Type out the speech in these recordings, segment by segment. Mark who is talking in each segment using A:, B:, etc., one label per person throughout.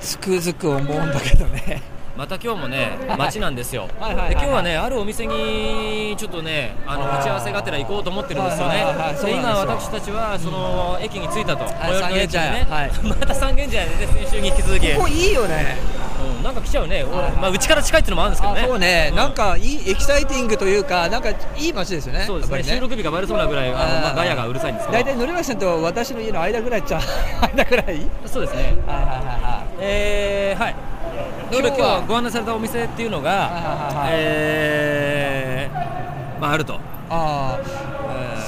A: つくづく思うんだけど ね
B: また今日もね街なんですよ、
A: はいはいはいはい
B: で今日はねあるお店にちょっとねあの
A: あー
B: 打ち合わせがてら行こうと思ってるんですよ
A: はいはいはいはい
B: ね
A: そう
B: で今
A: なんです
B: 私たちはその駅に着いたと、
A: はい
B: 最寄りの駅にね、
A: 三軒
B: また三軒茶屋でね先週に引き続き、
A: ここいいよね
B: うんなんか来ちゃうね、お
A: はいはい
B: まあ、うちから近いっていうのもあるんですけど
A: あ
B: ね
A: そうね、
B: うん
A: なんかいいエキサイティングというかなんかいい街ですよね
B: そうですね
A: やっぱり
B: 収録日がバレそうなぐらいあの、まあ、ガヤがうるさいんですけど
A: 大体、のりまきさんと私の家の間ぐらいちゃう 間ぐらいはいはい
B: そうですね
A: はいは
B: えー、はい
A: 今
B: 今
A: 日は
B: 日今日ご案内されたお店っていう
A: は
B: の
A: いはいはいは
B: が
A: い
B: えー、まああると、
A: いああ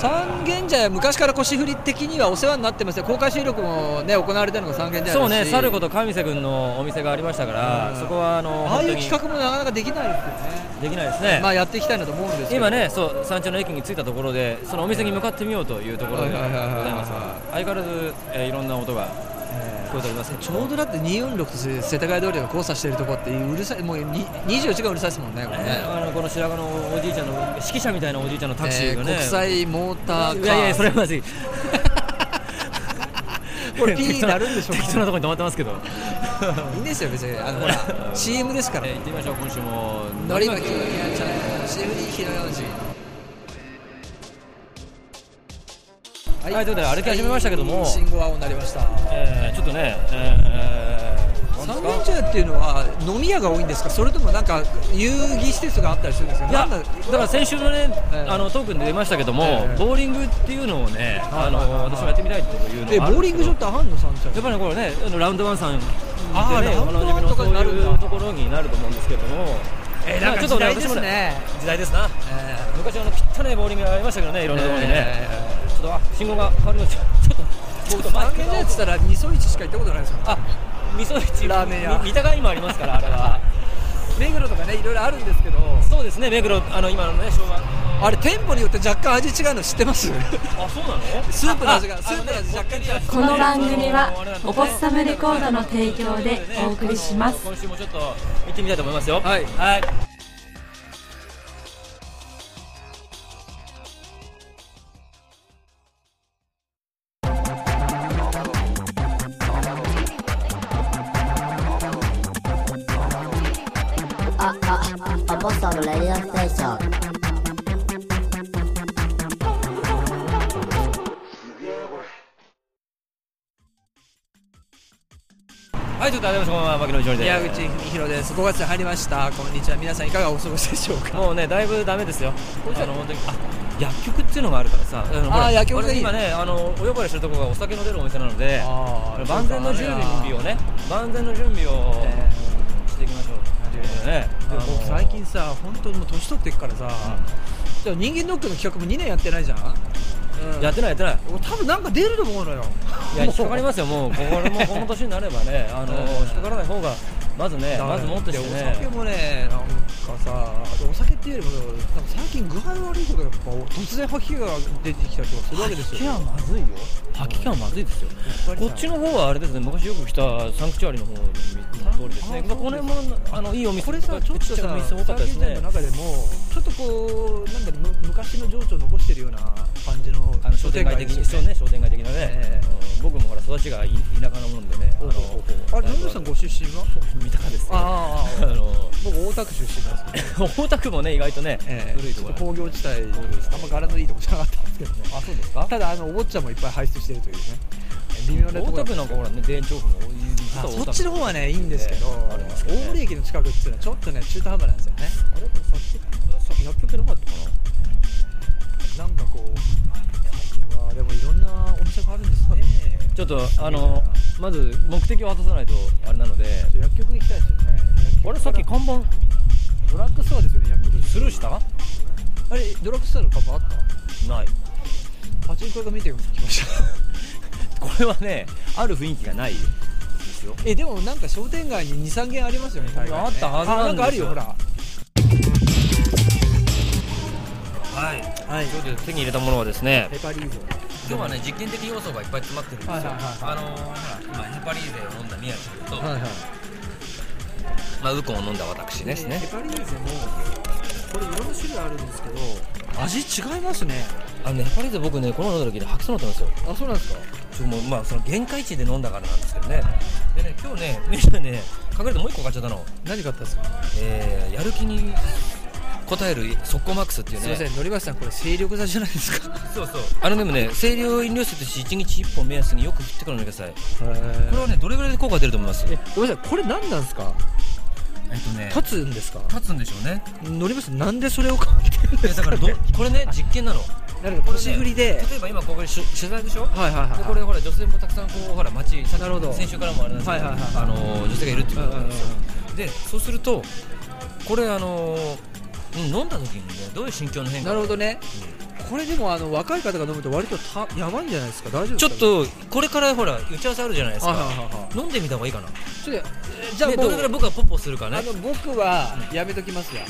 A: 三軒茶屋昔から腰振り的にはお世話になってますよ公開収録もね行われたのが三軒茶屋だし
B: そうね、さること神瀬君のお店がありましたから、
A: うん
B: そこはあの
A: ああいう
B: 本当に
A: 企画もなかなかできないですよね
B: できないですね、
A: まあやっていきたいなと思うんですけど
B: 今ね、そう山頂の駅に着いたところで、そのお店に向かってみようというところでござ
A: はいいはいはいはい
B: ますが、相変わらず、えーいろんな音が聞こえておりますけど
A: ちょうどだって246と世田谷通りが交差しているところってうるさいもうに24時間うるさいですもんねこれね、
B: ねあのこの白髪のおじいちゃんの指揮者みたいなおじいちゃんのタクシーがね、
A: えー国際モーターカー
B: いやいやそれはまず い
A: これピーになるんでしょうか
B: 適当なところに止まって ますけど
A: いいんですよ別にあの ほら CM ですから
B: えー行ってみましょう今週も
A: のりまきのりやんちゃんの CM にひろようじは
B: はいということで歩き始めましたけども
A: はい信号青になりました
B: えーちょっとねえー
A: 三
B: なん
A: 軒
B: ですか
A: 茶屋っていうのは飲み屋が多いんですかそれともなんか遊戯施設があったりするんですか
B: いや
A: なん
B: だ
A: だ
B: から先週のね、
A: えー
B: あのトークンで出ましたけども、
A: ええ
B: ボーリングっていうのをね、あの私もやってみたいというの
A: え
B: がある
A: ボー
B: ん
A: リ
B: です
A: ン
B: け
A: グ
B: ど
A: 場ってあんの三茶
B: やっぱりねこれねあのラウンドワンさんでね
A: あーラウンド
B: おなじ
A: ワ
B: み
A: ンと
B: のそ
A: か
B: うい
A: になるんだ
B: うところになると思うんですけども
A: えー
B: ま
A: なん
B: あち
A: か
B: ょっと
A: 時
B: ね
A: 代で
B: 私も
A: すね
B: 時代ですな
A: えー
B: 昔あの汚いボーリングがありましたけどねいろんなところにね、
A: え
B: ちょっとあ信号が変わりました ちょっと僕とマイ
A: 三
B: ク
A: 軒茶
B: が
A: 屋っつったら味噌市しか行ったことないですよ
B: あ味噌一
A: ラーメン屋
B: み三鷹にもありますからあれ は
A: 目黒とかねいろいろあるんですけど
B: そうですね目黒あの今のね昭和
A: あれ店舗によって若干味違うの知ってます
B: あそうなの
A: スープの味
B: あ
A: が
B: あ
A: スープの味若干違う
C: この番組はおポッサムレコードの提供でお送りします
B: 今週もちょっと行ってみたいと思いますよ
A: はい
B: はい
D: あ、あ、アポストのレディオステーション。
B: はいちょっと改めましてこんばんは牧野上で
A: 宮口文博です5月入りましたこんにちは皆さんいかがお過ごしでしょうか
B: もうねだいぶダメですよあの本当にあ薬局っていうのがあるからさあのほら
A: あ薬局がいい
B: 俺今ねあのお呼ばれしてるとこがお酒の出るお店なので
A: あー
B: 万全の準備をね万全の準備を
A: え
B: していきましょうっていうことでね
A: ーでも
B: あの
A: 僕最近さ本当にもう年取ってっからさ、でも人間ドックの企画も2年やってないじゃん、うん、
B: やってないやってない
A: 俺多分なんか出ると思うのよ
B: い
A: も
B: や引
A: う
B: っかかりますよもうこ れもこの年になればねあの
A: うん
B: 引っかからない方がまずねまずもっとし
A: で
B: て
A: お酒
B: ね
A: もねなんかさあとお酒っていうよりもなんか最近具合悪いとかやっぱ突然吐き気が出てきたりとかするわけですよ
B: はまずいよ吐き気はまずいですよこっちの方はあれですね昔よく来たサンクチュアリの方の通りですね
A: あ
B: まあこれもあのいいお店
A: これさちょっと
B: ちっちゃい
A: さ
B: お店多かったですね
A: の中でもちょっとこうなんかむ昔の情緒を残してるような感じの
B: あの商店街的に
A: です
B: そう
A: よね
B: ね商店街的なね、
A: え
B: うん僕もほら育ちがい田舎なもんでねあ
A: ほうほうほうほうあれ野村さんご出身は
B: 三鷹ですよ
A: ああああ
B: あの
A: 僕大田区出身なんですけど、
B: 大田区もね意外とね、古い
A: ち
B: と
A: ょっ
B: ころ
A: と工業地帯あ
B: 工業地帯
A: んま柄のいいとこじゃなかったんですけどね
B: あそうですか
A: ただあのお坊ちゃんもいっぱい排出してるというね微妙なと
B: 大
A: ころ
B: 田区なんかほらね田園調布も多い実
A: あ
B: は大田区
A: そっちの方はねいいんですけど、
B: あるんですけどね
A: 大森駅の近くっていうのはちょっとね中途半端なんですよね
B: あれこれさっきさ薬局なかったかな
A: なんかこう最近はでもいろんなお店があるんですね
B: ちょっとあのまず目的を果たさないとあれなので
A: ちょっと薬局行きたいですよね
B: あれさっき看板
A: ドラッグストアですよね薬局
B: スルーした
A: あれドラッグストアの看板あっ
B: ない
A: たパチンコ屋が見てきました
B: これはねある雰囲気がないですよ
A: えでもなんか商店街に23軒ありますよね大概ね
B: あったはずなんですよ
A: あんかあるよほら
B: はい
A: はい
B: ということで手に入れたものはですね
A: ペパリーゾ
B: 今日はね実験的要素がいっぱい詰まってるんですよ、
A: はいはいは
B: あのー、ほら今ヘパリーゼを飲んだ宮地君と、
A: はいはい
B: まあ、ウコンを飲んだ私ですね
A: ペパリーゼもこれいろんな種類あるんですけど味違いますね
B: あのねヘパリーゼ僕ねこの飲んだ時に吐きそうになったんですよ
A: あそうなんですか
B: ちょもうまあその限界値で飲んだからなんですけどねでね今日ねみんなね隠れてもう一個買っちゃったの、
A: 何買ったんですか、
B: えー、やる気に応える速攻マックスっていうね
A: すいません乗りましたこれ精力座じゃないですか
B: そうそうあのでもね清涼飲料水として1日1本目安によく振ってから飲んでください
A: へー
B: これはねどれぐらいで効果出ると思います
A: えごめんなさいこれ何なんですか
B: っとね
A: 立つんですか
B: 立つんでしょう ね
A: 乗りましたなんでそれを買ってるん
B: い
A: で
B: や
A: す
B: だ
A: か
B: からどこれね実験なの
A: なるほど腰振りで、
B: 例えば今ここで取取材でしょ
A: はいはいはい
B: でこれほら女性もたくさんこうほら街さっき
A: なるほど
B: 先週からもあれなんですけど、
A: はいはいはい
B: あのー女性がいるっていう
A: う
B: こ
A: ん
B: と
A: うんう
B: なん
A: ん
B: ですよでそうするとこれあのーうん飲んだ時にねどういう心境の変化
A: なるほどね
B: う
A: これでもあの若い方が飲むと割とたやばいんじゃないですか大丈夫
B: んちょっとこれからほら打ち合わせあるじゃないです
A: はいはい
B: か
A: はいは
B: 飲んでみた方がいいかない
A: ちょっとえーじゃあ
B: で
A: も
B: ど
A: う
B: れぐらい僕はポッポするかね
A: あの僕はやめときますわ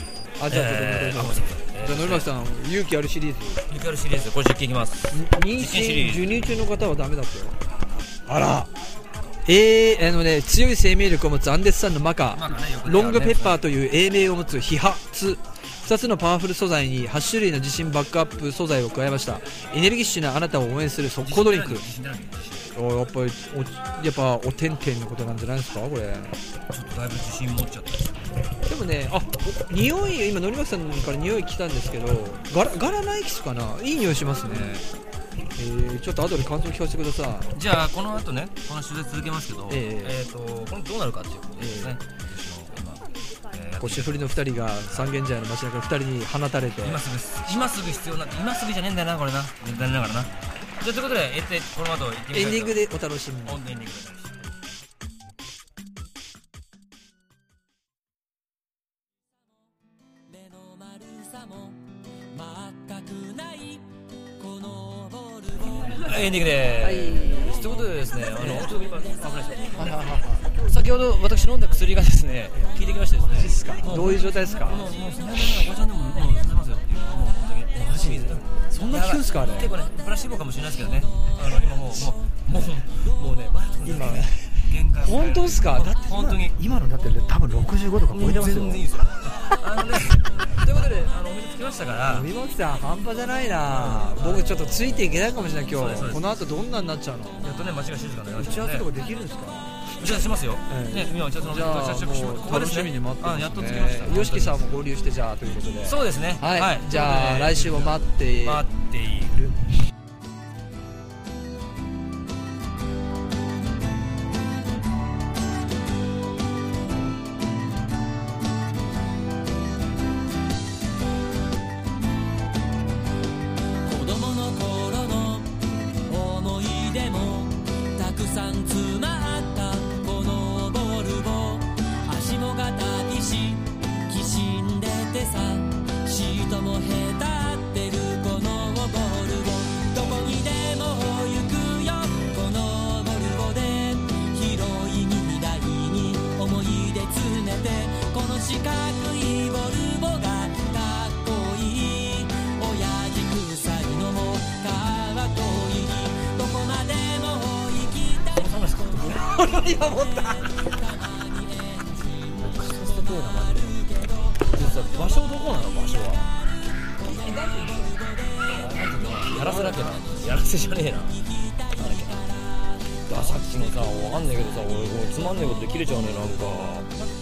A: あじゃあちょっとやめ
B: えー
A: とき
B: あご
A: ま
B: めん
A: す
B: なさいえー
A: じゃあ乗りました勇気あるシリーズ
B: ゆかるシリーズこれ実験いきます
A: 妊
B: 実験シ
A: 娠
B: リーズ
A: 授乳中の方はダメだったよあらえー、あのね強い生命力を持つアンデス産のマカ
B: マカねよくね
A: ロングペッパーという英名を持つヒハツ2つのパワフル素材に8種類の自信バックアップ素材を加えましたエネルギッシュなあなたを応援する速攻ドリンク
B: 自信ない自信ない
A: おやっぱりおやっぱおてんてんのことなんじゃないですかこれで
B: ちょっとだいぶ自信持っちゃった
A: もねあお匂い今のりまきさんから匂い来たんですけどガラガラナイキスかないい匂いしますねえー、ちょっと後で感想聞かせてください
B: じゃあこの後ねこの取材続けますけど、
A: ええ
B: えーとこのどうなるかっていうことですね、私の今えーやって
A: 腰振りの2人が三軒茶屋の街中2人に放たれて
B: 今すぐす今すぐ必要な今すぐじゃねえんだよなこれな残念ながらなじゃあということでえってこの後行ってみたい
A: エン
B: と
A: ディングでお楽しみに
B: オンエンディングでお願いします
E: 目の丸さも全くないこのボールを
B: はいエンディングでーす、ということでですね、あの、本当に今、危ないです 先ほど私飲んだ薬がですね、効いてきましてですね。も
A: どういう状態ですか
B: もう、もう、そんなものはおばちゃんでも、もう、飲めますよっていう、もう、本当に、マジで。
A: そんな効くんすかあれ
B: 結構ね、プラシーボかもしれないですけどね。あの、今もう、もう、もう、もうね、マジで
A: 今
B: 限界を
A: 本当っすかだって
B: 本当に。
F: 今のだって多分65とか超えてますよ
B: 全然いいですよ。あのね、ということで、あの、お水つきましたから。
A: みまきさん半端じゃないな僕ちょっとついていけないかもしれない
B: そう
A: 今
B: ですそう
A: 日
B: です
A: この後どんなになっちゃうの
B: やっとね、街が静かになりま
A: 打
B: した
A: ち合
B: ね
A: わせとかできるんですか
B: 打ち合わせしますよ。
A: ええ
B: ね、今打ち合
A: じ
B: わせの
A: ゃ
B: 打ち合わせ
A: あ
B: しましょうこ
A: もう
B: こで
A: 楽
B: すね
A: しみに待ってます
B: あ
A: ね
B: やっと着きました。
A: よしきさんも合流してじゃあということで
B: そうですね。
A: はい、じゃあ来週も待って
B: 待っている。
A: る
E: 子供の頃の思い出もたくさん詰まったこのボールを足もがきしきしんでてさシートもへたってるこのボールをどこにでも行くよこのボールをで広いに左に思い出詰めてこの四角いボルボがかっこいい親父臭いのもかっこいいどこまでも行きたい
B: 場所どこなの場所は。やらせだっけな。やらせじゃねえな。ださっきのさ、わかんないけどさ、俺、俺つまんねえことで切れちゃうね、なんか。